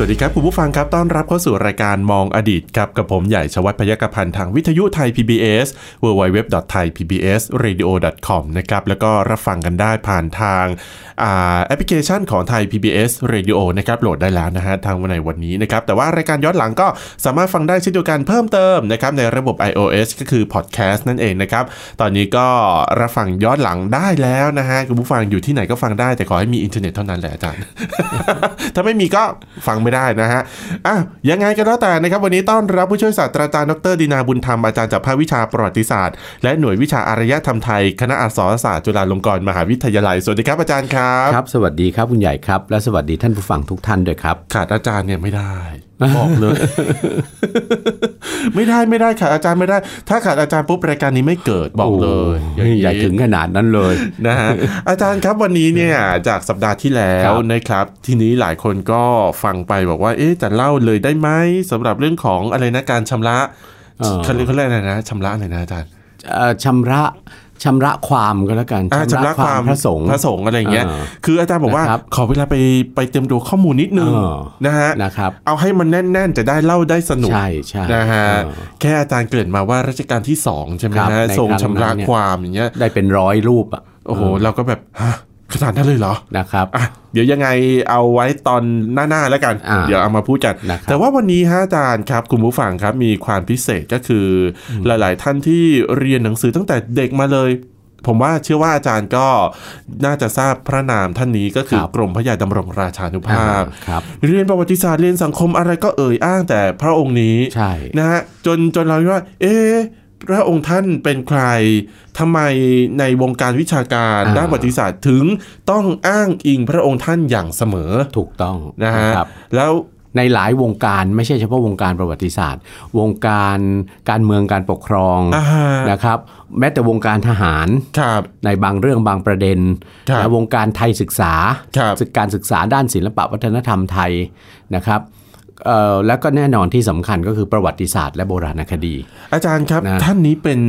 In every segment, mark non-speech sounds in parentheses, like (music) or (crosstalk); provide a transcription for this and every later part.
สวัสดีครับคุณผู้ฟังครับต้อนรับเข้าสู่รายการมองอดีตครับกับผมใหญ่ชวัฒน์พยกพันธ์ทางวิทยุไทย PBS www.thaipbsradio.com นะครับแล้วก็รับฟังกันได้ผ่านทางอ่าแอปพลิเคชันของไทย PBS Radio นะครับโหลดได้แล้วนะฮะทางวันในวันนี้นะครับแต่ว่ารายการย้อนหลังก็สามารถฟังได้เช่นเดียวกันเพิ่มเติมนะครับในระบบ iOS ก็คือ Podcast นั่นเองนะครับตอนนี้ก็รับฟังย้อนหลังได้แล้วนะฮะคุณผู้ฟังอยู่ที่ไหนก็ฟังได้แต่ขอให้มีอินเทอร์เน็ตเท่านั้นแหละอาจารย์ (laughs) ถ้าไม่มีก็ฟังไม่ได้นะฮะอ่ะยังไงก็แล้วแต่นะครับ วันนี้ต้อนรับผู้ช่วยศาสตราจารย์ดรดินาบุญธรรม อาจารย์จากภาควิชาประวัติศาสตร์ และหน่วยวิชาอารยธรรมไทย คณะอักษรศาสตร์จุฬาลงกรณ์มหาวิทยาลัย สวัสดีครับอาจารย์ครับ ครับ สวัสดีครับคุณใหญ่ครับ และสวัสดีท่านผู้ฟังทุกท่านด้วยครับ ขาดอาจารย์เนี่ยไม่ได้ บอกเลย (laughs) ไม่ได้ไม่ได้ขาดอาจารย์ไม่ได้ ถ้าขาดอาจารย์ปุ๊บรายการนี้ไม่เกิดบอกเลย โอ้ างนี้ ใหญ่ถึงขนาดนั้นเลย นะ (laughs) ฮะ อาจารย์ครับวันนี้เนี่ยจากสัปดาห์ที่แล้ คว รับ นะครับ ทีนี้หลายคนก็ฟังไปบอกว่า เอ๊ะจะเล่าเลยได้ไหมสำหรับเรื่องของอะไรนะการชำระ เอ่อ (laughs) เขาเรียกเขาเรียกอะไรนะชำระอะไรนะอาจารย์ เอ่อชำระชำระความก็แล้วกัน อ่า พระสงฆ์ พระสงฆ์อะไรอย่างเงี้ย อ่า คืออาจารย์บอกว่า นะครับ ขอเวลาไปไปเตรียมดูข้อมูลนิดนึง เออ นะฮะ นะครับ เอาให้มันแน่น ๆ จะได้เล่าได้สนุก ใช่ใช่ นะฮะ เออ แค่อาจารย์เกริ่นมาว่ารัชกาลที่สองใช่ไหม ครับ ฮะ ใน ทรง ครั้ง ชำระ นั้นเนี่ย ความอย่างเงี้ย ได้เป็นร้อยรูปอะ โอ้โหเราก็แบบฮะขนาดนั้นเลยเหรอ นะครับ อ่ะเดี๋ยวยังไงเอาไว้ตอนหน้าๆแล้วกัน อ่า เดี๋ยวเอามาพูดกัน นะครับ แต่ว่าวันนี้ฮะอาจารย์ครับคุณผู้ฟังครับมีความพิเศษก็คืออหลายๆท่านที่เรียนหนังสือตั้งแต่เด็กมาเลย ผมว่าเชื่อว่าอาจารย์ก็น่าจะทราบพระนามท่านนี้ก็คือ ครับ กรมพระยาดำรงราชานุภาพ อ่าครับ เรียนประวัติศาสตร์เรียนสังคมอะไรก็เอ่ยอ้างแต่พระองค์นี้ ใช่ นะฮะจนจนเราคิดว่า เอ๊ะพระองค์ท่านเป็นใครทำไมในวงการวิชาการ อ่า ด้านประวัติศาสตร์ถึงต้องอ้างอิงพระองค์ท่านอย่างเสมอ ถูกต้อง นะฮะ ครับ แล้ว ในหลายวงการไม่ใช่เฉพาะวงการประวัติศาสตร์ วงการการเมืองการปกครอง อ่าฮะ นะครับ แม้แต่วงการทหาร ครับ ในบางเรื่องบางประเด็น ครับ ในวงการไทยศึกษา ครับ ศึกการศึกษาด้านศิลปะวัฒนธรรมไทยนะครับเอ่อแล้วก็แน่นอนที่สำคัญก็คือประวัติศาสตร์และโบราณคดี อาจารย์ครับ นะ ท่านนี้เป็น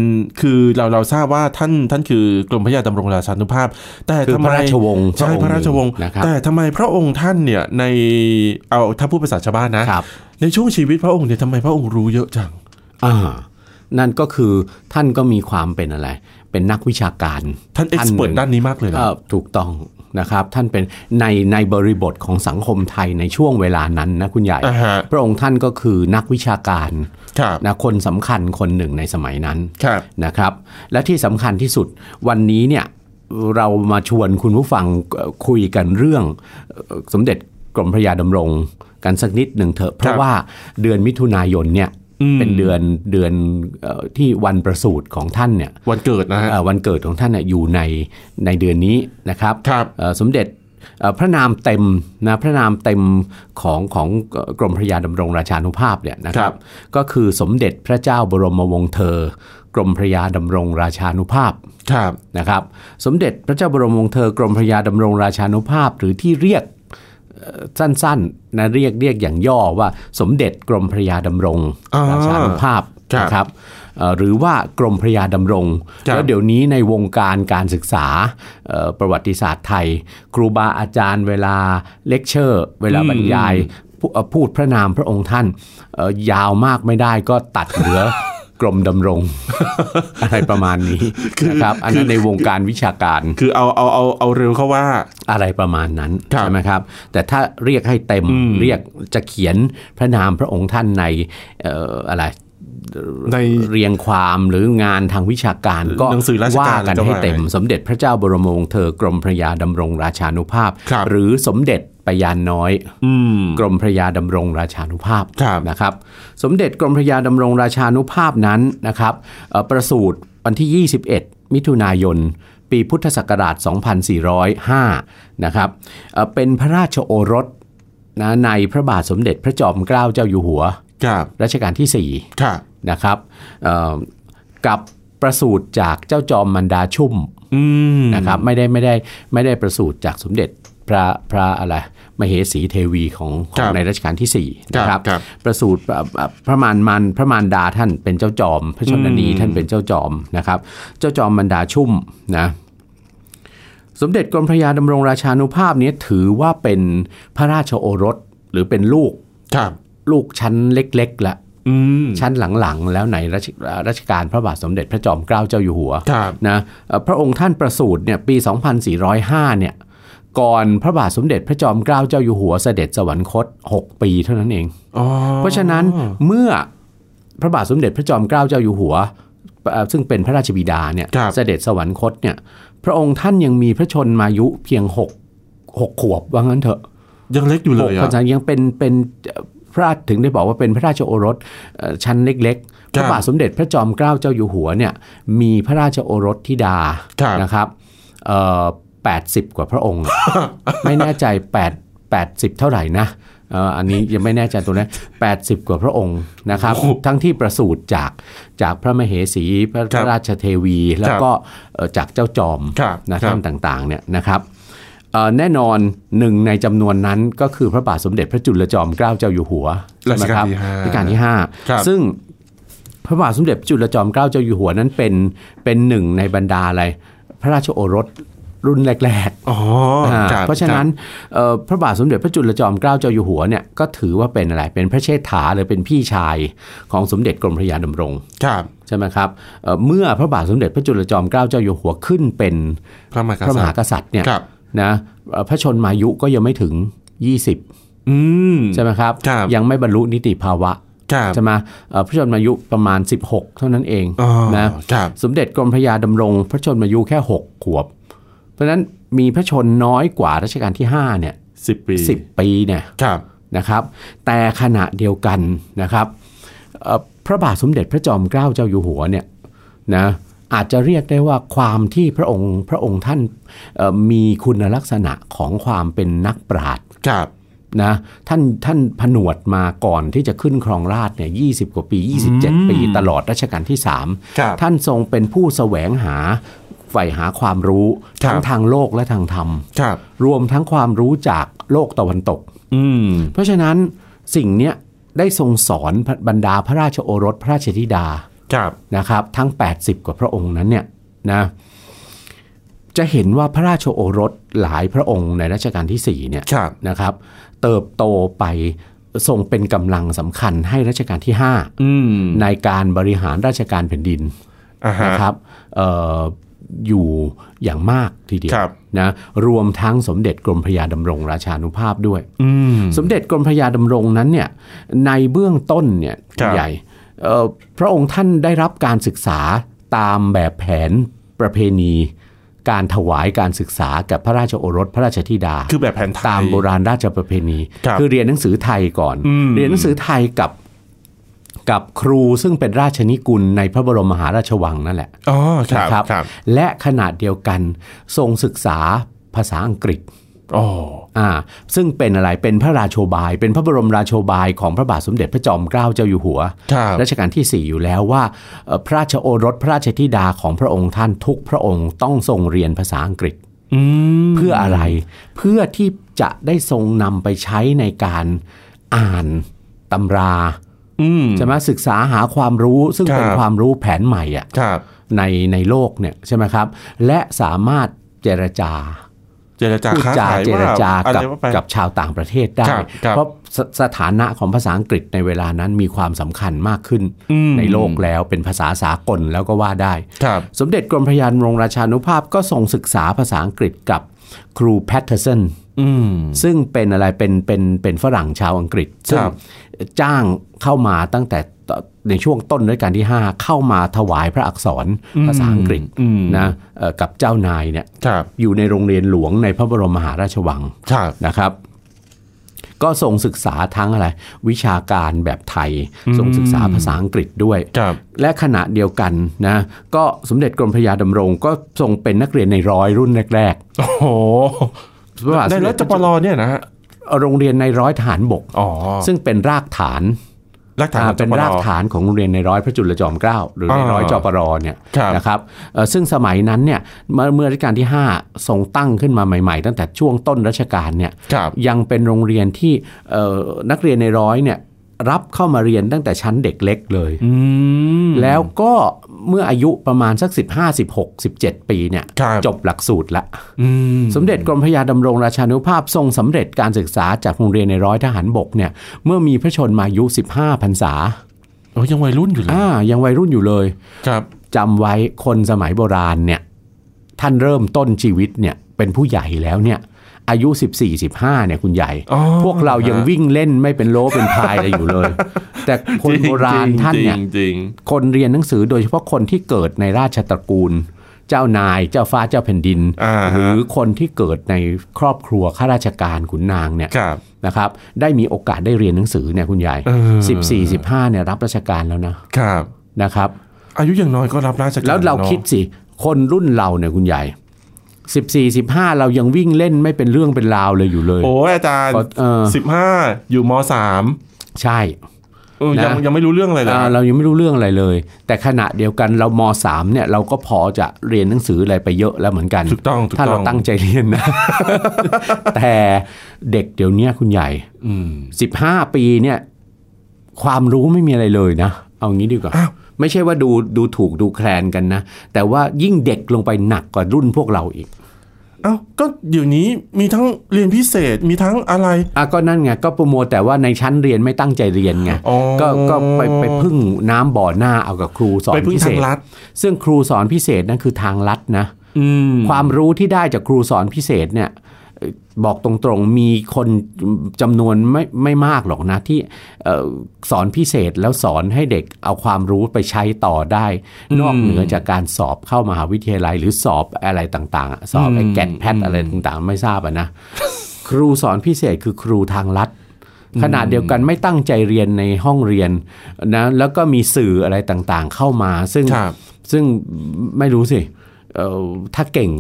คือเราเราทราบว่าท่านท่านคือกรมพระยาดำรงราชานุภาพ แต่ คือ ทำ พ ไม ระราชวงศ์ ใช่พระราชวงศ์ หนึ่นะครับ แต่ทำไมพระองค์ท่านเนี่ยในเอาถ้าพูดภาษาชาวบ้านนะ ครับ ในช่วงชีวิตพระองค์เนี่ยทำไมพระองค์รู้เยอะจัง อ่านั่นก็คือท่านก็มีความเป็นอะไร เป็นนักวิชาการ ท่านเอ็กซ์เพรส ท่านหนึ่ง ด้านนี้มากเลยนะ เอ่อถูกต้องนะครับ ท่านเป็นในในบริบทของสังคมไทยในช่วงเวลานั้นนะคุณใหญ่ อ่าฮะ พระองค์ท่านก็คือนักวิชาการ ครับ นะคนสำคัญคนหนึ่งในสมัยนั้น ครับ นะครับและที่สำคัญที่สุดวันนี้เนี่ยเรามาชวนคุณผู้ฟังเอ่อคุยกันเรื่องเอ่อสมเด็จกรมพระยาดำรงกันสักนิดหนึ่งเถอะเพ ค ราะ รับ ว่าเดือนมิถุนายนเนี่ย อืม เป็นเดือนเดือนเอ่อที่วันประสูติของท่านเนี่ย วันเกิดนะฮะ เอ่อวันเกิดของท่านเนี่ยอยู่ในในเดือนนี้นะครับ ครับ เอ่อสมเด็จเอ่อพระนามเต็มนะพระนามเต็มของของเอ่อกรมพระยาดำรงราชานุภาพเนี่ยนะค ครั รับ บ ก็คือสมเด็จพระเจ้าบรมวงศ์เธอ กรมพระยาดำรงราชานุภาพ ครับ นะครับ สมเด็จพระเจ้าบรมวงศ์เธอกรมพระยาดำรงราชานุภาพ หรือที่เรียกเอ่อสั้นๆนะเรียกเรียกอย่างย่อว่า สมเด็จกรมพระยาดำรง อ่า ราชานุภาพ ครับ นะครับเอ่อหรือว่ากรมพระยาดำรง ครับ แล้วเดี๋ยวนี้ในวงการการศึกษาเอ่อประวัติศาสตร์ไทย ครูบาอาจารย์เวลาเลคเชอร์ เวลาบรรยาย พูเอ่อพูดพระนามพระองค์ท่านเอ่อยาวมากไม่ได้ก็ตัดเหลือ กรมดำรง (laughs) อะไรประมาณนี้นะครับ อันนั้นในวงการวิชาการ คือเอาเอาเอาเอาเร็วเข้าว่า อะไรประมาณนั้น ครับ ใช่ไหมครับ แต่ถ้าเรียกให้เต็มเรียกจะเขียนพระนามพระองค์ท่านในเอ่ออะไร ใน เรียงความหรืองานทางวิชาการก็ หนังสือราชการ ว่ากันให้เต็ม ก็ว่าไป สมเด็จพระเจ้าบรมวงศ์เธอกรมพระยาดำรงราชานุภาพ ครับ หรือสมเด็จปยานน้อย อืม กรมพระยาดำรงราชานุภาพ ครับ นะครับ สมเด็จกรมพระยาดำรงราชานุภาพนั้นนะครับเอ่อประสูติวันที่ 21 มิถุนายน ปีพุทธศักราช 2405 นะครับเอ่อเป็นพระราชโอรสนะในพระบาทสมเด็จพระจอมเกล้าเจ้าอยู่หัว ครับ รัชกาลที่ 4 ครับ นะครับเอ่อกับประสูติจากเจ้าจอมมันดาชุ่ม อืม นะครับไม่ได้ไม่ได้ไม่ได้ประสูติจากสมเด็จ พระพระอะไรมเหสีเทวีของข ค อ รั ง บ ในรัชกาลที่สี่นะค ครั รั บบ ครับ ประสูติอ่ะอ่ะพระมารมันพระมารดาท่านเป็นเจ้าจอม พระชนนี อืม ท่านเป็นเจ้าจอมนะครับ เจ้าจอมบรรดาชุ่มนะ สมเด็จกรมพระยาดำรงราชานุภาพเนี้ถือว่าเป็นพระราชโอรสหรือเป็นลูก ครับ ลูกชั้นเล็กๆละ อืม ชั้นหลังๆ แล้วในรัชอ่ารัชกาลพระบาทสมเด็จพระจอมเกล้าเจ้าอยู่หัว ครับ นะเอ่อพระองค์ท่านประสูติเนี่ยปี 2405 เนี่ยก่อนพระบาทสมเด็จพระจอมเกล้าเจ้าอยู่หัวเสด็จสวรรคต 6 ปีเท่านั้นเอง อ๋อ เพราะฉะนั้นเมื่อพระบาทสมเด็จพระจอมเกล้าเจ้าอยู่หัวเอ่อซึ่งเป็นพระราชบิดาเนี่ย ครับ เสด็จสวรรคตเนี่ยพระองค์ท่านยังมีพระชนมายุเพียง6 6ขวบว่างั้นเถอะ ยังเล็กอยู่เล หก ย พ อ่ะ รรษายังเป็นเป็นเอ่อพระราชถึงได้บอกว่าเป็นพระราชโอรสเอ่อชั้นเล็กคๆพ รับ ระบาทสมเด็จพระจอมเกล้าเจ้าอยู่หัวเนี่ยมีพระราชโอรสธิดา ครับ นะครับเอ่อแปดสิบกว่าพระองค์อะ (laughs) ไม่แน่ใจแปดแปดสิบเท่าไหร่นะเอ่ออันนี้ยังไม่แน่ใจตัวนี้แปดสิบกว่าพระองค์นะครับ โอ้โห ทั้งที่ประสูติจากจากพระมเหสีพระ ครับ ราชเทวี แล้วก็เอ่อจากเจ้าจอม ครับ นะ ครั ท่า บ นต่างๆเนี่ยนะครับ เอ่อแน่นอนหนึ่งในจำนวนนั้นก็คือพระบาทสมเด็จพระจุลจอมเกล้าเจ้าอยู่หัว รัชกาลที่ห้า ใช่ไหมครับรัชกาลที่ห้า ครับ ซึ่งพระบาทสมเด็จพระจุลจอมเกล้าเจ้าอยู่หัวนั้นเป็นเป็นหนึ่งในบรรดาอะไร พระราชโอรสรุ่นแรก อ๋อ ๆ ค อ่า บ เพราะฉะนั้นเอ่อพระบาทสมเด็จพระจุลจอมเกล้าเจ้าอยู่หัวเนี่ยก็ถือว่าเป็นอะไรเป็นพระเชษฐาหรือเป็นพี่ชายของสมเด็จกรมพระยาดำรง ครับ ใช่ไหมครับเอ่อเมื่อพระบาทสมเด็จพระจุลจอมเกล้าเจ้าอยู่หัวขึ้นเป็น พระมหาก พระม ษั หา ตริย์ กษัตริย์เนี่ย ครับ นะเอ่อพระชนมายุก็ยังไม่ถึง 20 อืม ใช่ไหมครับ ครับ ยังไม่บรรลุนิติภาวะ ครับ ใช่ไหมเอ่อพระชนมายุประมาณ 16 เท่านั้นเอง อ๋อ นะครับ สมเด็จกรมพระยาดำรง พระชนมายุแค่ 6 ขวบ เพราะฉะนั้นมีพระชนน้อยกว่ารัชกาลที่ 5 เนี่ย สิบปี สิปีเนี่ย ครับ นะครับ แต่ขณะเดียวกันนะครับเอ่อพระบาทสมเด็จพระจอมเกล้าเจ้าอยู่หัวเนี่ยนะอาจจะเรียกได้ว่าความที่พระองค์พระองค์ท่านเอ่อมีคุณลักษณะของความเป็นนักปราชญ์ ครับ นะท่านท่านผนวดมาก่อนที่จะขึ้นครองราชย์เนี่ยยีกว่าปี 27 ปีตลอดรัชกาลที่ ครับ 3 ท่านทรงเป็นผู้แสวงหาใฝ่หาความรู้ ครับ ทั้งทางโลกและทางธรรม ครับ รวมทั้งความรู้จากโลกตะวันตก อืม เพราะฉะนั้นสิ่งเนี้ยได้ทรงสอนบรรดาพระราชโอรสพระราชธิดา ครับ นะครับทั้ง 80 กว่าพระองค์นั้นเนี่ยนะจะเห็นว่าพระราชโอรสหลายพระองค์ในรัชกาลที่ 4 เนี่ย ครับ นะครับ เติบโตไปทรงเป็นกำลังสำคัญให้รัชกาลที่ อืม 5 ในการบริหารราชการแผ่นดิน อ่าฮะ นะครับเอออยู่อย่างมากทีเดียว ครับ นะรวมทั้งสมเด็จกรมพระยาดำรงราชานุภาพด้วย อืม สมเด็จกรมพระยาดำรงนั้นเนี่ยในเบื้องต้นเนี่ย ครับ ใหญ่เอ่อพระองค์ท่านได้รับการศึกษาตามแบบแผนประเพณี การถวายการศึกษากับพระราชโอรสพระราชธิดา คือแบบแผนไทย ตามโบราณราชประเพณี ครับ อเรียนหนังสือไทยก่อน อืม เรียนหนังสือไทยกับกับครูซึ่งเป็นราชนิกุลในพระบรมมหาราชวังนั่นแหละ อ๋อ ครับ นะครับ ครับ และขณะเดียวกันทรงศึกษาภาษาอังกฤษ อ๋อ อ่าซึ่งเป็นอะไรเป็นพระราโชบาย เป็นพระบรมราโชบายของพระบาทสมเด็จพระจอมเกล้าเจ้าอยู่หัว ครับ รัชกาลที่ 4 อยู่แล้วว่าเอ่อพระราชโอรสพระราชธิดาของพระองค์ท่านทุกพระองค์ต้องทรงเรียนภาษาอังกฤษ อืม เพื่ออะไร เพื่อที่จะได้ทรงนำไปใช้ในการอ่านตำรา อืม ใช่ไหมศึกษาหาความรู้ซึ่งเป็น ครับ ความรู้แผนใหม่อะ ครับ ในในโลกเนี่ยใช่ไหมครับ และสามารถเจรจา เจรจา พูด ค้า จา ขาย เจรจา ว่าอะไร กับ ว่าไป กับชาวต่างประเทศได้ ครับครับ เพราะสสถานะของภาษาอังกฤษในเวลานั้นมีความสำคัญมากขึ้น อืม ในโลกแล้วเป็นภาษาสากลแล้วก็ว่าได้ ครับ สมเด็จกรมพระยานรงราชานุภาพก็ทรงศึกษาภาษาอังกฤษกับครูแพทเทอร์สัน อืม ซึ่งเป็นอะไรเป็นเป็นเป็นฝรั่งชาวอังกฤษ ซึ่งจ้างเข้ามาตั้งแต่ตในช่วงต้นรัชกาลที่ 5 เข้ามาถวายพระอักษรภาษาอังกฤษ อืม นะเอ่อกับเจ้านายเนี่ย ครับ อยู่ในโรงเรียนหลวงในพระบรมมหาราชวัง ครับ นะครับ ก็ทรงศึกษาทั้งอะไร วิชาการแบบไทยทรงศึกษาภาษาอังกฤษด้วย ครับ และขณะเดียวกันนะก็สมเด็จกรมพระยาดำรง ก็ทรงเป็นนักเรียนในร้อยรุ่นแรก โอ้โห ๆพระบาทส ใน มเด็จ รัชปลเนี่ยนะฮะ โรงเรียนในร้อยทหารบก อ๋อ ซึ่งเป็นรากฐาน รากฐาน อ่า ของจ เป็น ปร รากฐานของโรงเรียนในร้อยพระจุลจอมเกล้าหรือในร้อย อ่า จปรเนี่ย ครับ นะครับเอ่อซึ่งสมัยนั้นเนี่ยเมื่อเมื่อรัชกาลที่ 5 ทรงตั้งขึ้นมาใหม่ ๆ ตั้งแต่ช่วงต้นรัชกาลเนี่ย ครับ ยังเป็นโรงเรียนที่เอ่อนักเรียนในร้อยเนี่ยรับเข้ามาเรียนตั้งแต่ชั้นเด็กเล็กเลย อืม แล้วก็เมื่ออายุประมาณสัก 15 16 17 ปีเนี่ย ครับ จบหลักสูตรละ อืม สมเด็จกรมพระยาดำรงราชานุภาพทรงสำเร็จการศึกษาจากโรงเรียนในร้อยทหารบกเนี่ยเมื่อมีพระชนมายุ 15พรรษา โอ้ยยังวัยรุ่นอยู่เลย อ่ายังวัยรุ่นอยู่เลย ครับ จำไว้คนสมัยโบราณเนี่ยท่านเริ่มต้นชีวิตเนี่ยเป็นผู้ใหญ่แล้วเนี่ยอายุ 14-15เนี่ยคุณใหญ่ อ๋อ พวกเรายังวิ่งเล่นไม่เป็นโลเป็นพายอะไรอยู่เลย (laughs) แต่คนโบราณท่านเนี่ย จริงๆจริง คนเรียนหนังสือโดยเฉพาะคนที่เกิดในราชตระกูล เจ้านายเจ้าฟ้าเจ้าแผ่นดิน อ่าฮะ หรือคนที่เกิดในครอบครัวข้าราชการขุนนางเนี่ย ๆครับ นะครับได้มีโอกาสได้เรียนหนังสือเนี่ยคุณยาย เออ สิบสี่สิบห้าเนี่ยรับราชการแล้วนะครับ นะครับ อายุอย่างน้อยก็รับราชการ แล้วเรา นอะ คิดสิ คนรุ่นเราเนี่ยคุณยายสิบสี่สิบห้าเรายังวิ่งเล่นไม่เป็นเรื่องเป็นราวเลยอยู่เลย โอ้ยอาจารย์ เออ สิบห้าอยู่มสาม ใช่ เออ นะ ยังยังไม่รู้เรื่องอะไรเลย อ่าเรายังไม่รู้เรื่องอะไรเลย แต่ขณะเดียวกันเรามสามเนี่ยเราก็พอจะเรียนหนังสืออะไรไปเยอะแล้วเหมือนกัน ถูกต้องถูก ถ้า ต้ เรา อง ตั้งใจเรียนนะ (laughs) แต่เด็กเดี๋ยวเนี้ยคุณใหญ่ อืม 15 ปีเนี่ย ความรู้ไม่มีอะไรเลยนะ เอางี้ดีกว่า อ้าว ไม่ใช่ว่าดูดูถูกดูแคลนกันนะ แต่ว่ายิ่งเด็กลงไปหนักกว่ารุ่นพวกเราอีก เอ้าก็เดี๋ยวนี้มีทั้งเรียนพิเศษมีทั้งอะไร อ่ะก็นั่นไง ก็โปรโมทแต่ว่าในชั้นเรียนไม่ตั้งใจเรียนไง อ๋อ ก็ก็ไปไปพึ่งน้ำบ่อหน้าเอากับครูสอน ไปพึ่ง พิเศ ทาง ษ รัฐ ซึ่งครูสอนพิเศษนั่นคือทางลัดนะ อืม ความรู้ที่ได้จากครูสอนพิเศษเนี่ยเอ่อบอกตรงๆมีคนจำนวนไม่ไม่มากหรอกนะที่เอ่อสอนพิเศษแล้วสอนให้เด็กเอาความรู้ไปใช้ต่อได้ นอกเหนือจากการสอบเข้ามหาวิทยาลัย หรือสอบอะไรต่างๆอะสอบไอ้แกนแพทอะไรต่างๆ ไม่ทราบอะนะ ครูสอนพิเศษคือครูทางลัดขนาดเดียวกันไม่ตั้งใจเรียนในห้องเรียนนะแล้วก็มีสื่ออะไรต่างๆ เข้ามา ซึ่ง ครับ ซึ่งไม่รู้สิเอ่อถ้าเก่ง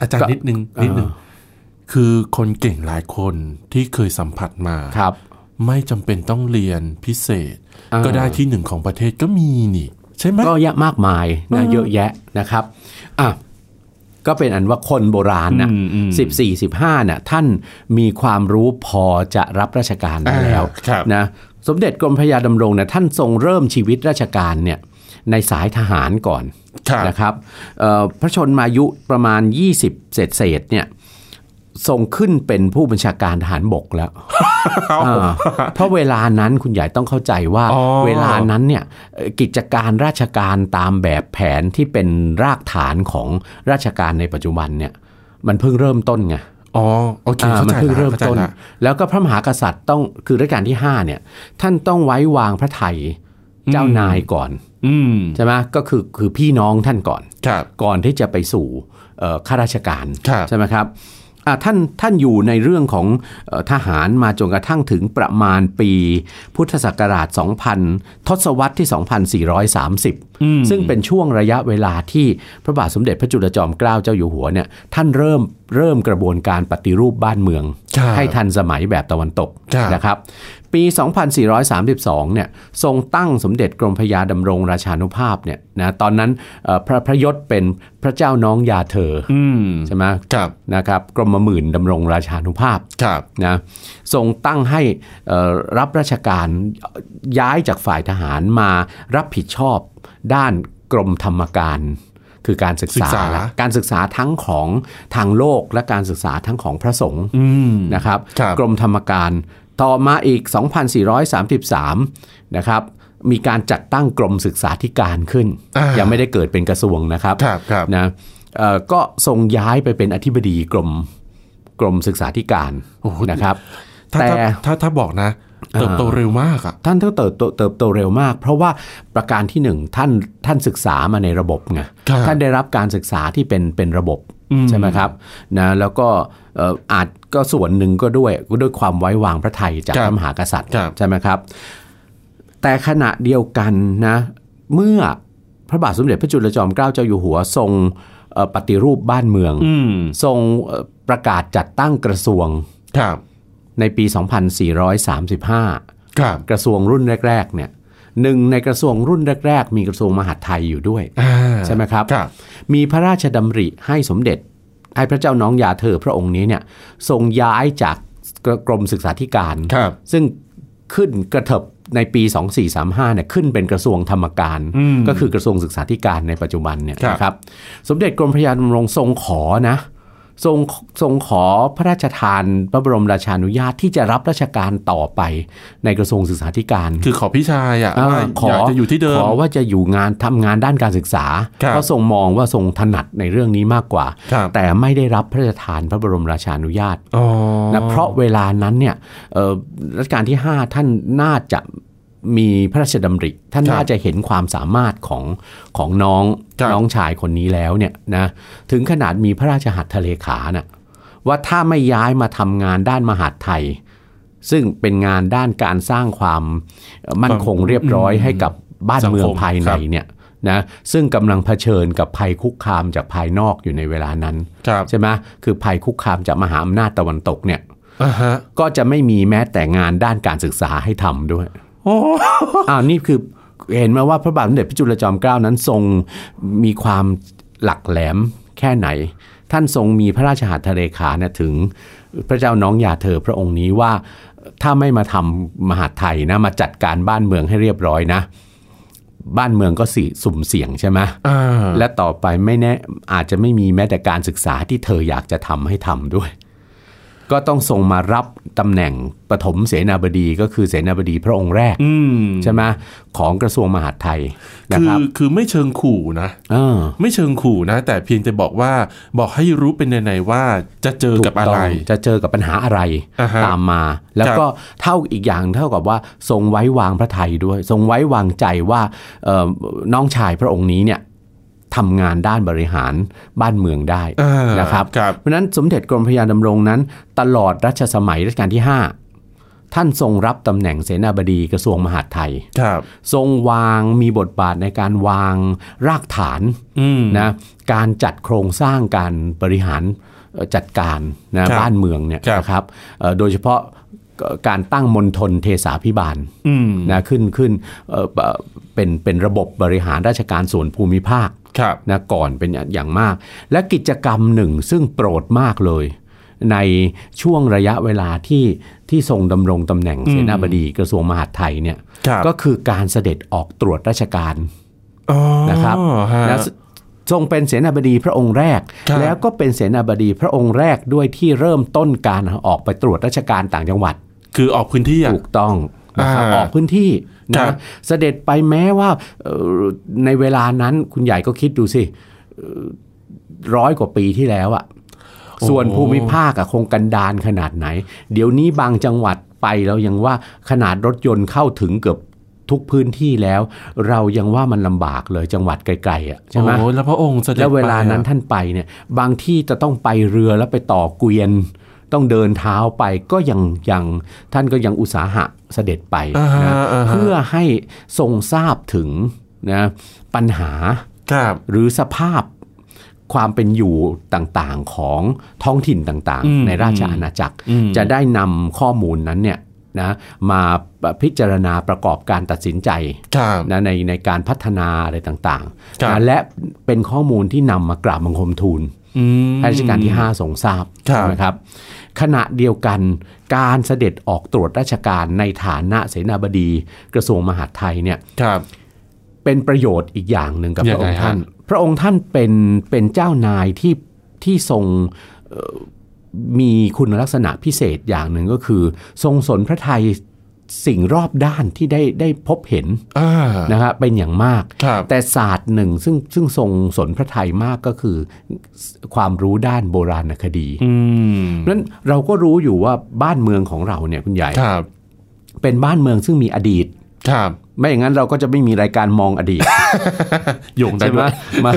อาจารย์นิดนึงนิดนึงคือคนเก่งหลายคนที่เคยสัมผัสมา ครับ ไม่จำเป็นต้องเรียนพิเศษ อ่า ก็ได้ที่หนึ่งของประเทศก็มีนี่ ใช่ไหม ก็เยอะมากมายนะเยอะแยะนะครับอ่ะก็เป็นอันว่าคนโบราณนะ อืมอืม สิบสี่สิบห้าน่ะท่านมีความรู้พอจะรับราชการได้แล้ว อ่าครับ นะสมเด็จกรมพระยาดำรงเนี่ยท่านทรงเริ่มชีวิตราชการเนี่ยในสายทหารก่อน ครับ นะครับเอ่อพระชนมายุประมาณ 20 เศษเศษๆเนี่ยทรงขึ้นเป็นผู้บัญชาการทหารบกแล้วเออเพราะเวลานั้นคุณใหญ่ต้องเข้าใจว่า อ๋อ เวลานั้นเนี่ยเอ่อกิจการราชการตามแบบแผนที่เป็นรากฐานของราชการในปัจจุบันเนี่ยมันเพิ่งเริ่มต้นไง อ๋อโอเค อ่า เข้า มัน ใจ เพิ่ง ละ เริ่ม เข้าใจ ต้น ละ แล้วก็พระมหากษัตริย์ต้องคือรัชกาลที่5เนี่ยท่านต้องไว้วางพระไทยเจ้านายก่อน อืม ใช่ไหมก็คือคือพี่น้องท่านก่อน ครับ ก่อนที่จะไปสู่เอ่อข้าราชการ ครับ ใช่ไหมครับอ่ะท่านท่านอยู่ในเรื่องของเอ่อทหารมาจนกระทั่งถึงประมาณปี พุทธศักราช 2000 ทศวรรษที่ 2430 ซึ่งเป็นช่วงระยะเวลาที่พระบาทสมเด็จพระจุลจอมเกล้าเจ้าอยู่หัวเนี่ยท่านเริ่มเริ่มกระบวนการปฏิรูปบ้านเมือง ครับ ให้ทันสมัยแบบตะวันตก ครับ นะครับ ปี 2432 เนี่ยทรงตั้งสมเด็จกรมพระยาดำรงราชานุภาพเนี่ยนะตอนนั้นเอ่อพระพระยศเป็นพระเจ้าน้องยาเธออ อืม ใช่ไหม ครับ นะครับกรมหมื่นดำรงราชานุภาพ ครับ นะทรงตั้งให้เอ่อรับราชการย้ายจากฝ่ายทหารมารับผิดชอบด้านกรมธรรมการ คือการศึก ศึ ษาก ษา ละการศึกษาทั้งของทางโลกและการศึกษาทั้งของพระสงฆ์ อืม นะครับ ครับ กรมธรรมการต่อมาอีก 2,433 นะครับ มีการจัดตั้งกรมศึกษาธิการขึ้น อ่า ยังไม่ได้เกิดเป็นกระทรวงนะครับ ครับครับ นะเอ่อก็ทรงย้ายไปเป็นอธิบดีกรมกรมศึกษาธิการ โอ้โห นะครับ ถ้า แต่ ถ้าถ้าถ้าบอกนะ อ่า เติบโตเร็วมากอ่ะ ท่านเติบโตเติบเติบโตเร็วมาก เพราะว่าประการที่หนึ่งท่านท่านศึกษามาในระบบไง ครับ ท่านได้รับการศึกษาที่เป็นเป็นระบบใช่ไหมครับนะแล้วก็เอ่ออาจก็ส่วนหนึ่งก็ด้วยด้วยความไว้วางพระไทยจาก ครับ พระมหากษัตริย์ ครับ ใช่ไหมครับ แต่ขณะเดียวกันนะเมื่อพระบาทสมเด็จพระจุลจอมเกล้าเจ้าอยู่หัวทรงเอ่อปฏิรูปบ้านเมือง อืม ทรงเอ่อประกาศจัดตั้งกระทรวง ครับ ในปี 2435 ครับ กระทรวงรุ่นแรกๆเนี่ยหนึ่งในกระทรวงรุ่นแรก ๆ มีกระทรวงมหาดไทยอยู่ด้วย อ่า ใช่ไหมครับ ครับ มีพระราชดำริให้สมเด็จให้พระเจ้าน้องยาเธอพระองค์นี้เนี่ยทรงย้ายจากกรมศึกษาธิการ ครับ ซึ่งขึ้นกระเถิบในปี 2435เนี่ยขึ้นเป็นกระทรวงธรรมการ อืม ก็คือกระทรวงศึกษาธิการในปัจจุบันเนี่ย ครับ นะครับ สมเด็จกรมพระยาดำรงทรงขอนะทรงทรงขอพระราชทานพระบรมราชานุญาตที่จะรับราชการต่อไปในกระทรวงศึกษาธิการ คือขอพี่ชายอ่ะ า ว่าอยากจะอยู่ที่เดิม ขอว่าจะอยู่งานทำงานด้านการศึกษา ครับ เพราะทรงมองว่าทรงถนัดในเรื่องนี้มากกว่า ครับ แต่ไม่ได้รับพระราชทานพระบรมราชานุญาต อ๋อ นะเพราะเวลานั้นเนี่ยเอ่อรัชกาลที่ 5 ท่านน่าจะมีพระราชดำริ ท่าน ครับ น่าจะเห็นความสามารถของของน้อง ครับ น้องชายคนนี้แล้วเนี่ยนะถึงขนาดมีพระราชหัตถเลขานะว่าถ้าไม่ย้ายมาทำงานด้านมหาดไทย ซึ่งเป็นงานด้านการสร้างความเอ่อมั่นคงเรียบร้อยให้กับบ้านเมืองภายในเนี่ยนะซึ่งกำลังเผชิญกับภัยคุกคามจากภายนอกอยู่ในเวลานั้น ครับ ใช่ไหมคือภัยคุกคามจากมหาอำนาจตะวันตกเนี่ย อ่าฮะ ก็จะไม่มีแม้แต่งานด้านการศึกษาให้ทำด้วย โอ้ อ้าวนี่คือเห็นไหมว่าพระบาทสมเด็จพระจุลจอมเกล้านั้นทรงมีความหลักแหลมแค่ไหน ท่านทรงมีพระราชหัตถเลขาเนี่ยถึงพระเจ้าน้องยาเธอพระองค์นี้ว่าถ้าไม่มาทำมหาดไทยนะมาจัดการบ้านเมืองให้เรียบร้อยนะ บ้านเมืองก็สิสุ่มเสี่ยงใช่ไหม อ่า และต่อไปไม่แน่อาจจะไม่มีแม้แต่การศึกษาที่เธออยากจะทำให้ทำด้วย ก็ต้องทรงมารับตำแหน่งปฐมเสนาบดีก็คือเสนาบดีพระองค์แรก อืม ใช่ไหมของกระทรวงมหาดไทยนะ คื ค อ รับ คือไม่เชิงขู่นะ เออ ไม่เชิงขู่นะ แต่เพียงแต่บอกว่าบอกให้รู้เป็นในๆว่าจะเจอ ถู กับ ก อะ ต้อ ไร งจะเจอกับปัญหาอะไร อ่าฮะ ตามมา แล้วก็เท่าอีกอย่างเท่ากับว่าทรงไว้วางพระไทยด้วย ทรงไว้วางใจว่าเอ่อน้องชายพระองค์นี้เนี่ยทำงานด้านบริหารบ้านเมืองได้ อ่าน นะครับ ครับ เพราะฉะนั้นสมเด็จกรมพระยาดำรงนั้น ตลอดรัชสมัยรัชกาลที่ 5 ท่านทรงรับตำแหน่งเสนาบดีกระทรวงมหาดไทย ครับ ทรงวางมีบทบาทในการวางรากฐาน อืม นะการจัดโครงสร้างการบริหารเอ่อจัดการนะครับบ้านเมืองเนี่ย ครับ นะครับเอ่อโดยเฉพาะเอ่อการตั้งมณฑลเทศาพิบาล อืม นะขึ้นขึ้นเอ่อเอ่อเป็นเป็นระบบบริหารราชการส่วนภูมิภาค ครับ นะก่อนเป็นอย่างมาก และกิจกรรมหนึ่งซึ่งโปรดมากเลย ในช่วงระยะเวลาที่ที่ทรงดำรงตำแหน่งเสนาบดีกระทรวงมหาดไทยเนี่ย ครับ ก็คือการเสด็จออกตรวจราชการ อ๋อ นะครับ ฮะ นะทรงเป็นเสนาบดีพระองค์แรก ครับ แล้วก็เป็นเสนาบดีพระองค์แรกด้วยที่เริ่มต้นการออกไปตรวจราชการต่างจังหวัด คือออกพื้นที่อ่ะ ถูกต้องนะครับ อ่า ออกพื้นที่ ครั นะ บ เสด็จไปแม้ว่าเอ่อในเวลานั้นคุณใหญ่ก็คิดดูสิเอ่อร้อยกว่าปีที่แล้วอะส่วนภูมิภาคอะคงกันดานขนาดไหน เดี๋ยวนี้บางจังหวัดไปเรายังว่าขนาดรถยนต์เข้าถึงเกือบทุกพื้นที่แล้ว เรายังว่ามันลำบากเลยจังหวัดไกลๆอะใช่ไหม โอ้แล้วพระองค์เสด็จ แล้วเวลา ไปอะ นั้นท่านไปเนี่ยบางที่จะต้องไปเรือแล้วไปต่อเกวียน ต้องเดินเท้าไปก็ยังยังท่านก็ยังอุตสาหะเสด็จไป อ่าฮะ นะ าฮะ เพื่อให้ทรงทราบถึงนะปัญหา ครับ หรือสภาพความเป็นอยู่ต่างๆของท้องถิ่นต่าง อืม ๆ ในราช อืม อาณาจักร อืม จะได้นำข้อมูลนั้นเนี่ยนะมาพิจารณาประกอบการตัดสินใจ ครับ นะในในการพัฒนาอะไรต่าง ครับ ๆนะและเป็นข้อมูลที่นำมากราบบังคมทูล อืม ให้รัชกาลที่ 5 ทรงทราบ ครับ นะครับ ขณะเดียวกันการเสด็จออกตรวจราชการในฐานะเสนาบดีกระทรวงมหาดไทยเนี่ย ครับ เป็นประโยชน์อีกอย่างหนึ่งกับพ ยัง ระอ ไง งค์ท่าน ฮะ พระองค์ท่านเป็นเป็นเจ้านายที่ที่ทรงเอ่อมีคุณลักษณะพิเศษอย่างหนึ่งก็คือ ทรงสนพระไทยสิ่งรอบด้านที่ได้ได้พบเห็น อ่า นะครับเป็นอย่างมาก ครับ แต่ศาสตร์หนึ่งซึ่งซึ่งทรงสนพระไทยมากก็คือความรู้ด้านโบราณคดี อืม เพราะฉะนั้นเราก็รู้อยู่ว่าบ้านเมืองของเราเนี่ยคุณใหญ่ ครับ เป็นบ้านเมืองซึ่งมีอดีต ครับ ไม่อย่างนั้นเราก็จะไม่มีรายการมองอดีต (laughs) โยงได้ ใช่ไห ด้ ม วย มา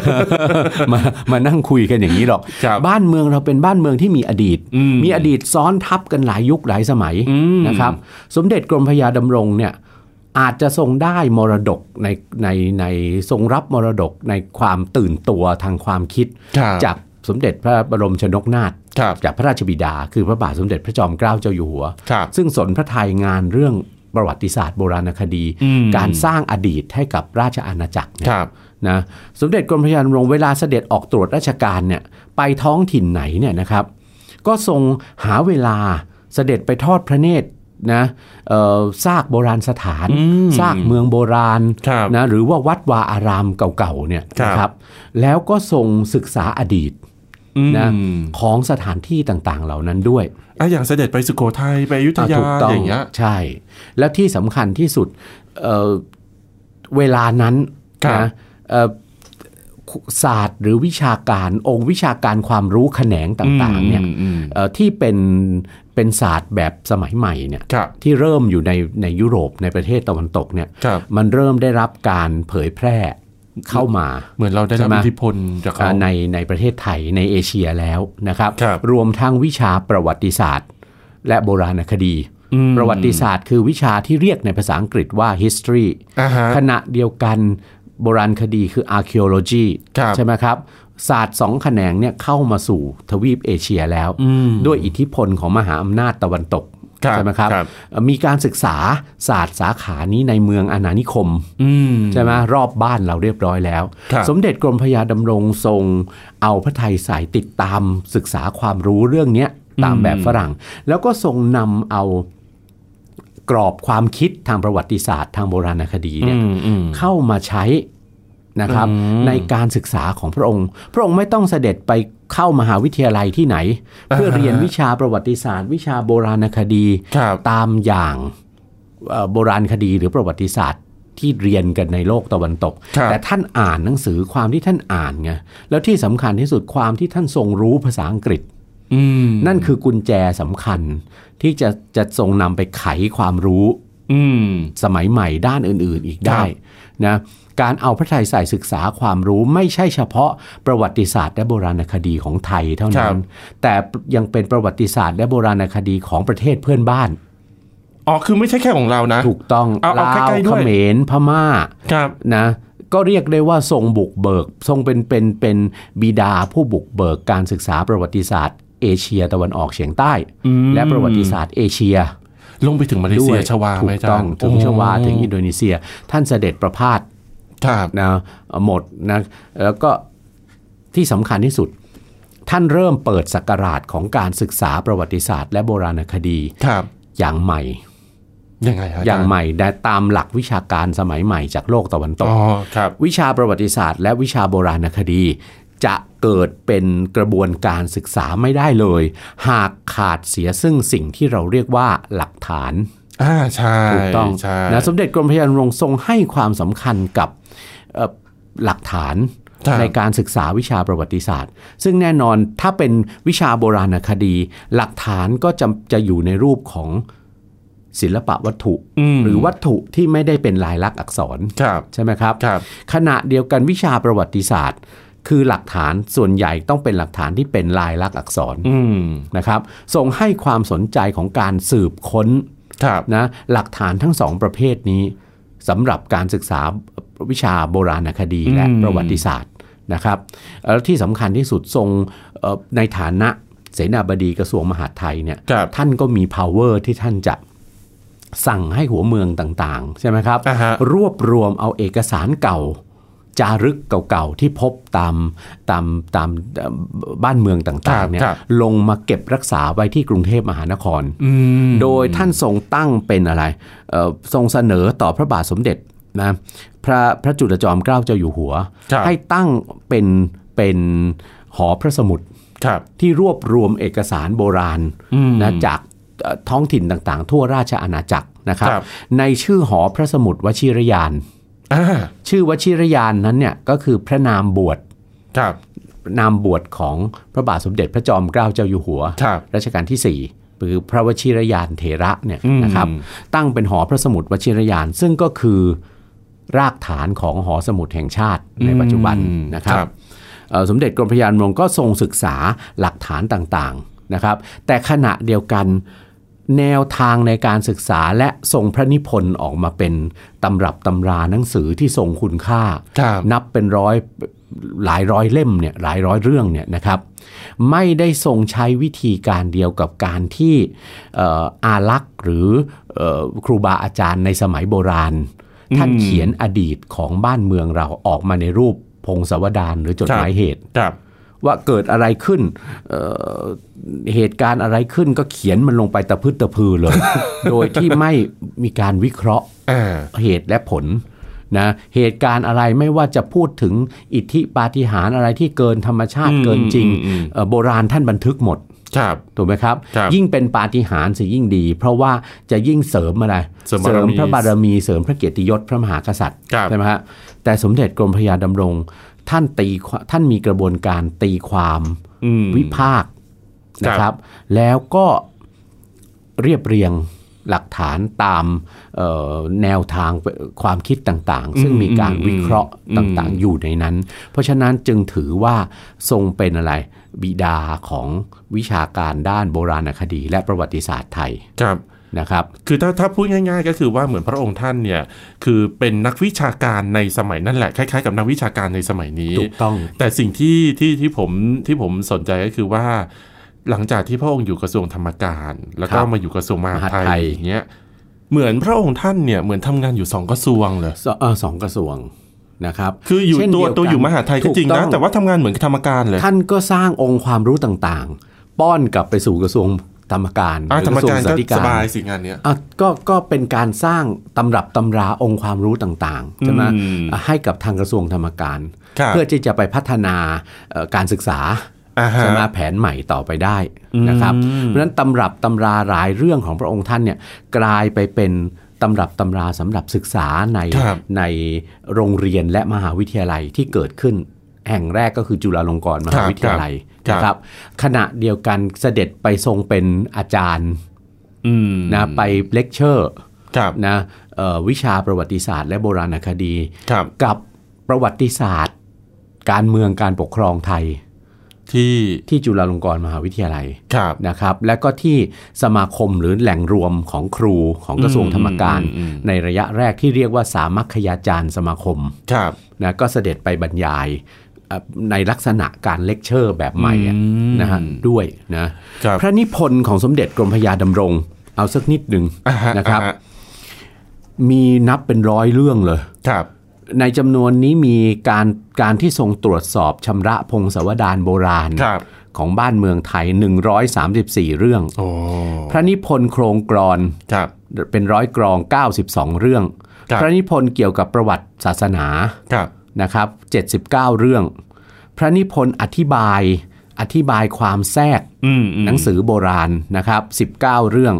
มามานั่งคุยกันอย่างนี้หรอก ครับ บ้านเมืองเราเป็นบ้านเมืองที่มีอดีต อืม มีอดีตซ้อนทับกันหลายยุคหลายสมัย อืม นะครับ สมเด็จกรมพระยาดำรงเนี่ยอาจจะทรงได้มรดกในในในทรงรับมรดกในความตื่นตัวทางความคิด ครับ จากสมเด็จพระบรมชนกนาถ ครับ จากพระราชบิดา คือพระบาทสมเด็จพระจอมเกล้าเจ้าอยู่หัว ครับ ซึ่งสนพระไทยงานเรื่อง ประวัติศาสตร์โบราณคดี อืม การสร้างอดีตให้กับราชอาณาจักรเนี่ย ครับ นะสมเด็จกรมพระยานรงค์เวลาเสด็จออกตรวจราชการเนี่ยไปท้องถิ่นไหนเนี่ยนะครับ ก็ทรงหาเวลาเสด็จไปทอดพระเนตรนะเอ่อซากโบราณสถาน อืม ซากเมืองโบราณ ครับ นะหรือว่าวัดวาอารามเก่าๆเนี่ย ครับ นะครับ แล้วก็ทรงศึกษาอดีต อืม นะของสถานที่ต่างๆเหล่านั้นด้วย อ่ะอย่างเสด็จไปสุโขทัยไปอยุธยา อ่ะถูกต้อง อย่างเงี้ย ใช่ แล้วที่สำคัญที่สุดเอ่อเวลานั้น ครับ นะเอ่อศาสตร์หรือวิชาการองค์วิชาการความรู้แขนงต่างๆเนี่ย อืมอืมอืม เอ่อที่เป็นเป็นศาสตร์แบบสมัยใหม่เนี่ย ครับ ที่เริ่มอยู่ในในยุโรปในประเทศตะวันตกเนี่ย ครับ มันเริ่มได้รับการเผยแพร่เข้ามา เหมือนเราได้รับ ใช่ไหม อิทธิพลจากเขา อ่าในในประเทศไทยในเอเชียแล้วนะครับ ครับ วมทั้งวิชาประวัติศาสตร์ และโบราณคดี อืม ประวัติศาสตร์คือวิชาที่เรียกในภาษาอังกฤษว่า history อ่าฮะ ขณะเดียวกันโบราณคดีคือ archaeology ครับ ใช่ไหมครับ ศาสตร์สองแขนงเนี่ยเข้ามาสู่ทวีปเอเชียแล้ว ด้วยอิทธิพลของมหาอำนาจตะวันตก ใช่ไหมครับ มีการศึกษาศาสตร์สาขานี้ในเมืองอาณานิคม อืม ใช่ไหมรอบบ้านเราเรียบร้อยแล้ว ครับ สมเด็จกรมพระยาดำรงทรงเอาพระไทยสายติดตามศึกษาความรู้เรื่องเนี้ยตามแบบฝรั่ง แล้วก็ทรงนำเอากรอบความคิดทางประวัติศาสตร์ทางโบราณคดีเนี่ย อืมอืม เข้ามาใช้นะครับในการศึกษาของพระองค์ พระองค์ไม่ต้องเสด็จไปเข้ามหาวิทยาลัยที่ไหน เพื่อเรียนวิชาประวัติศาสตร์ วิชาโบราณคดี ครับ ตามอย่าง เอ่อโบราณคดีหรือประวัติศาสตร์ที่เรียนกันในโลกตะวันตก ครับ แต่ท่านอ่านหนังสือความที่ท่านอ่านไงแล้วที่สำคัญที่สุดความที่ท่านทรงรู้ภาษาอังกฤษ อืม นั่นคือกุญแจสำคัญ ที่จะจะทรงนำไปไขความรู้ อืม สมัยใหม่ด้านอื่นๆ อีกได้ ครับ นะการเอาพระไทยใส่ศึกษาความรู้ไม่ใช่เฉพาะประวัติศาสตร์และโบราณคดีของไทยเท่านั้น แต่ยังเป็นประวัติศาสตร์และโบราณคดีของประเทศเพื่อนบ้าน อ๋อคือไม่ใช่แค่ของเรานะ ถูกต้อง เอาเอา ลาว ใกล้ๆด้ เข วย มรพม่า ครับ นะก็เรียกได้ว่าทรงบุกเบิก ทรงเป็นเป็นเป็นบิดาผู้บุกเบิกการศึกษาประวัติศาสตร์ เอเชียตะวันออกเฉียงใต้ และประวัติศาสตร์เอเชีย ลงไปถึงมาเล ด้ เซี วย ย ชวา ถู ไหม ก อาจา ต้อ รง ย์ ถึง โอ้ ชวาถึงอินโดนีเซีย ท่านเสด็จประพาส ครับ นะหมดนะแล้วก็ที่สำคัญที่สุด ท่านเริ่มเปิดศักราชของการศึกษาประวัติศาสตร์ และโบราณคดี ครับ อย่างใหม่ ยังไงฮะ อย่าง จร ใหม่และตามหลักวิชาการสมัยใหม่จากโลกตะวันตก อ๋อครับ วิชาประวัติศาสตร์และวิชาโบราณคดี จะเกิดเป็นกระบวนการศึกษาไม่ได้เลย หากขาดเสียซึ่งสิ่งที่เราเรียกว่าหลักฐาน อ่าใช่ ถูกต้อง ใช่ นะสมเด็จกรมพระยานุรงค์ทรงให้ความสำคัญกับเอ่อหลักฐาน ครับ ในการศึกษาวิชาประวัติศาสตร์ ซึ่งแน่นอนถ้าเป็นวิชาโบราณคดี หลักฐานก็จะจะอยู่ในรูปของศิลปะวัตถุ ม หรือวัตถุที่ไม่ได้เป็นลายลักษณ์อักษร ครับ ใช่ไหมครับ ครับ ขณะเดียวกันวิชาประวัติศาสตร์ คือหลักฐานส่วนใหญ่ต้องเป็นหลักฐานที่เป็นลายลักษณ์อักษร อืม นะครับส่งให้ความสนใจของการสืบค้น ครับ นะหลักฐานทั้งสองประเภทนี้สำหรับการศึกษาวิชาโบราณคดี และ อืม ประวัติศาสตร์นะครับแล้วที่สำคัญที่สุดทรงเอ่อในฐานะเสนาบดีกระทรวงมหาดไทยเนี่ย ครับ ท่านก็มี power ที่ท่านจะสั่งให้หัวเมืองต่างๆ ใช่ไหมครับ อ่าฮะ รวบรวมเอาเอกสารเก่า จารึกเก่าๆ ที่พบตามตามตามเอ่อบ้านเมืองต่างๆเนี่ย ครับ ลงมาเก็บรักษาไว้ที่กรุงเทพมหานคร อืม โดยท่านทรงตั้งเป็นอะไรเอ่อทรงเสนอต่อพระบาทสมเด็จนะพระพระจุลจอมเกล้าเจ้าอยู่หัว ครับ ให้ตั้งเป็นเป็นหอพระสมุด ครับ ที่รวบรวมเอกสารโบราณนะจากเอ่อท้องถิ่นต่างๆ ทั่วราชอาณาจักรนะครับ ครับ ในชื่อหอพระสมุดวชิรยาน อ่า ชื่อวชิรยานนั้นเนี่ยก็คือพระนามบวช ครับ นามบวชของพระบาทสมเด็จพระจอมเกล้าเจ้าอยู่หัว ครับ รัชกาลที่ 4 หรือพระวชิรยานเถระเนี่ยนะครับ อืม ตั้งเป็นหอพระสมุดวชิรยาน ซึ่งก็คือรากฐานของหอสมุดแห่งชาติในปัจจุบันนะครับ เอ่อสมเด็จกรมพระยานมงก็ทรงศึกษาหลักฐานต่างๆนะครับ แต่ขณะเดียวกันแนวทางในการศึกษาและทรงพระนิพนธ์ออกมาเป็นตำรับตำราหนังสือที่ทรงคุณค่า ครับ นับเป็นร้อย หลายร้อยเล่มเนี่ยหลายร้อยเรื่องเนี่ยนะครับ ไม่ได้ทรงใช้วิธีการเดียวกับการที่เอ่ออารักษ์หรือเอ่อครูบาอาจารย์ในสมัยโบราณ ท่านเขียนอดีตของบ้านเมืองเราออกมาในรูปพงศาวดารหรือจดหมายเหตุ ครับ ว่าเกิดอะไรขึ้นเอ่อเหตุการณ์อะไรขึ้นก็เขียนมันลงไปตะพืดตะพือเลย (laughs) โดยที่ไม่มีการวิเคราะห์ อ่า เหตุและผลนะเหตุการณ์อะไรไม่ว่าจะพูดถึงอิทธิปาฏิหาริย์อะไรที่เกินธรรมชาติ อืม เกินจริง อืมอืม เอ่อโบราณท่านบันทึกหมด ครับ ถูกไหมครับ ครับ ยิ่งเป็นปาฏิหาริย์สิยิ่งดี เพราะว่าจะยิ่งเสริมอะไร เสริมบารมี พระบารมีเสริมพระเกียรติยศพระมหากษัตริย์ ครับ ใช่ไหมฮะแต่สมเด็จกรมพระยาดำรง ท่านตีควท่านมีกระบวนการตีความ อืม วิพากษ์ ครั นะ บ ครับ แล้วก็เรียบเรียงหลักฐานตามเอ่อแนวทางความคิดต่างๆ ซึ่งมีการวิเคราะห์ต่างๆ อยู่ในนั้น เพราะฉะนั้นจึงถือว่าทรงเป็นอะไรบิดาของวิชาการด้านโบราณคดี และประวัติศาสตร์ไทย ครับ นะครับ คือถ้าถ้าพูดง่ายๆ ก็คือว่าเหมือนพระองค์ท่านเนี่ยคือเป็นนักวิชาการในสมัยนั่นแหละคล้ายๆ กับนักวิชาการในสมัยนี้ ถูกต้อง แต่สิ่งที่ที่ที่ผมที่ผมสนใจก็คือว่าหลังจากที่พระองค์อยู่กระทรวงธรรมการ แล้วก็ ครับ มาอยู่กระทรวงมหาด มหาด ไท ไท ย ย อย่างเงี้ยเหมือนพระองค์ท่านเนี่ยเหมือนทำงานอยู่สองกระทรวงเลย สเอ่อสองกระทรวงนะครับ คืออยู่ เช่น ตัว เดีกัน ตัวอยู่มหาดไทยก็จริง ถู นะ อง แต่ว่าทำงานเหมือนธรรมการเลย ท่านก็สร้างองค์ความรู้ต่างๆ ป้อนกลับไปสู่กระทรวงธรรมการ อ่ะ ห ธรรม วง การ ศึ ก็ ธิ สบายสิงานเนี้ย อ่ะก็ก็เป็นการสร้างตำรับตำราองค์ความรู้ต่างๆใช่ไหม อืม อ่ะให้กับทางกระทรวงธรรมการ ครับ เพื่อที่จะไปพัฒนาเอ่อการศึกษา อ่าฮะ ใช่ไหมแผนใหม่ต่อไปได้นะครับเพราะฉะนั้นตำรับตำราหลายเรื่องของพระองค์ท่านเนี่ยกลายไปเป็นตำรับตำราสำหรับศึกษาใน ครับ ในโรงเรียนและมหาวิทยาลัยที่เกิดขึ้น แห่งแรกก็คือจุฬาลงกรณ์มหาวิทยาลัย ครับ นะครับ ขณะเดียวกันเสด็จไปทรงเป็นอาจารย์ อืม นะไปเลคเชอร์ ครับ นะเอ่อวิชาประวัติศาสตร์และโบราณคดี ครับ กับประวัติศาสตร์ การเมืองการปกครองไทย ที่ ที่จุฬาลงกรณ์มหาวิทยาลัย ครับ นะครับ และก็ที่สมาคมหรือแหล่งรวมของครูของกระทรวงธรรมการ อืมอืมอืม ในระยะแรกที่เรียกว่าสามัคคยาจารย์สมาคม ครับ นะก็เสด็จไปบรรยายเอ่อในลักษณะการเลคเชอร์แบบใหม่อะนะฮะด้วยนะครับ พระนิพนธ์ของสมเด็จกรมพระยาดำรง เอาสักนิดหนึ่ง อ่าฮ นะครับ อ่าฮ มีนับเป็นร้อยเรื่องเลย ครับ ในจำนวนนี้มีการการที่ทรงตรวจสอบชำระพงศาวดารโบราณ ครับ ของบ้านเมืองไทย 134 เรื่อง โอ้ พระนิพนธ์โครงกรอน ครับ เป็นร้อยกรอง 92 เรื่อง ครับ พระนิพนธ์เกี่ยวกับประวัติศาสนา ครับ นะครับ79 เรื่อง พระนิพนธ์อธิบาย อธิบายความแทรก อืมอืม หนังสือโบราณนะครับ 19 เรื่อง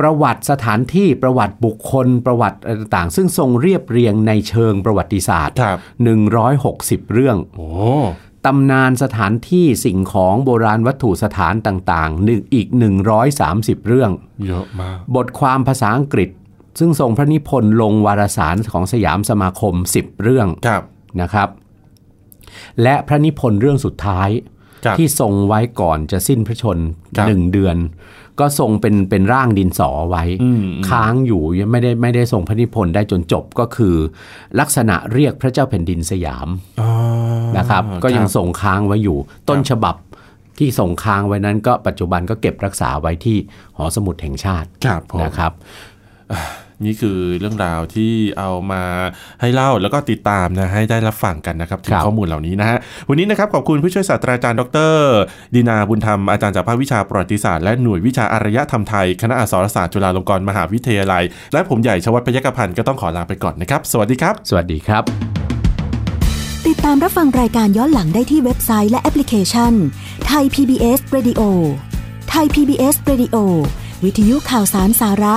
ประวัติสถานที่ประวัติบุคคลประวัติอะไรต่างๆ ซึ่งทรงเรียบเรียงในเชิงประวัติศาสตร์ ครับ 160 เรื่อง โอ้ ตำนานสถานที่สิ่งของโบราณวัตถุสถานต่างๆหนึ่งอีก 130 เรื่อง เยอะมาก บทความภาษาอังกฤษ ซึ่งทรงพระนิพนธ์ลงวารสารของสยามสมาคม 10 เรื่อง ครับ นะครับและพระนิพนธ์เรื่องสุดท้าย ครับ ที่ทรงไว้ก่อนจะสิ้นพระชน ครับ หนึ่งเดือน ก็ทรงเป็นเป็นร่างดินสอไว้ อืมอืม ค้างอยู่ยังไม่ได้ไม่ได้ทรงพระนิพนธ์ได้จนจบก็คือ ลักษณะเรียกพระเจ้าแผ่นดินสยาม อ๋อ นะครับ ก็ยังทรงค้างไว้อยู่ ต้นฉบับที่ส่งค้างไว้นั้นก็ปัจจุบันก็เก็บรักษาไว้ที่หอสมุดแห่งชาติ ครับผม นะครับ นี่คือเรื่องราวที่เอามาให้เล่าแล้วก็ติดตามนะให้ได้รับฟังกันนะครับถึ ค ง รับ ข้อมูลเหล่านี้นะฮะวันนี้นะครับขอบคุณผู้ช่วยศาสตราจารย์ดรดินาบุญธรรมอาจารย์จากภาควิชาประวัติศาสตร์และหน่วยวิชาอารยธรรมไทย คณะอักษรศาสตร์จุฬาลงกรณ์มหาวิทยาลัย และผมใหญ่ชวัฒน์พยกพันธ์ก็ต้องขอลาไปก่อนนะครับ สวัสดีครับ สวัสดีครับ ติดตามรับฟังรายการย้อนหลังได้ที่เว็บไซต์และแอปพลิเคชันไทย PBS Radio ไทย PBS Radio วิทยุข่าวสารสาระ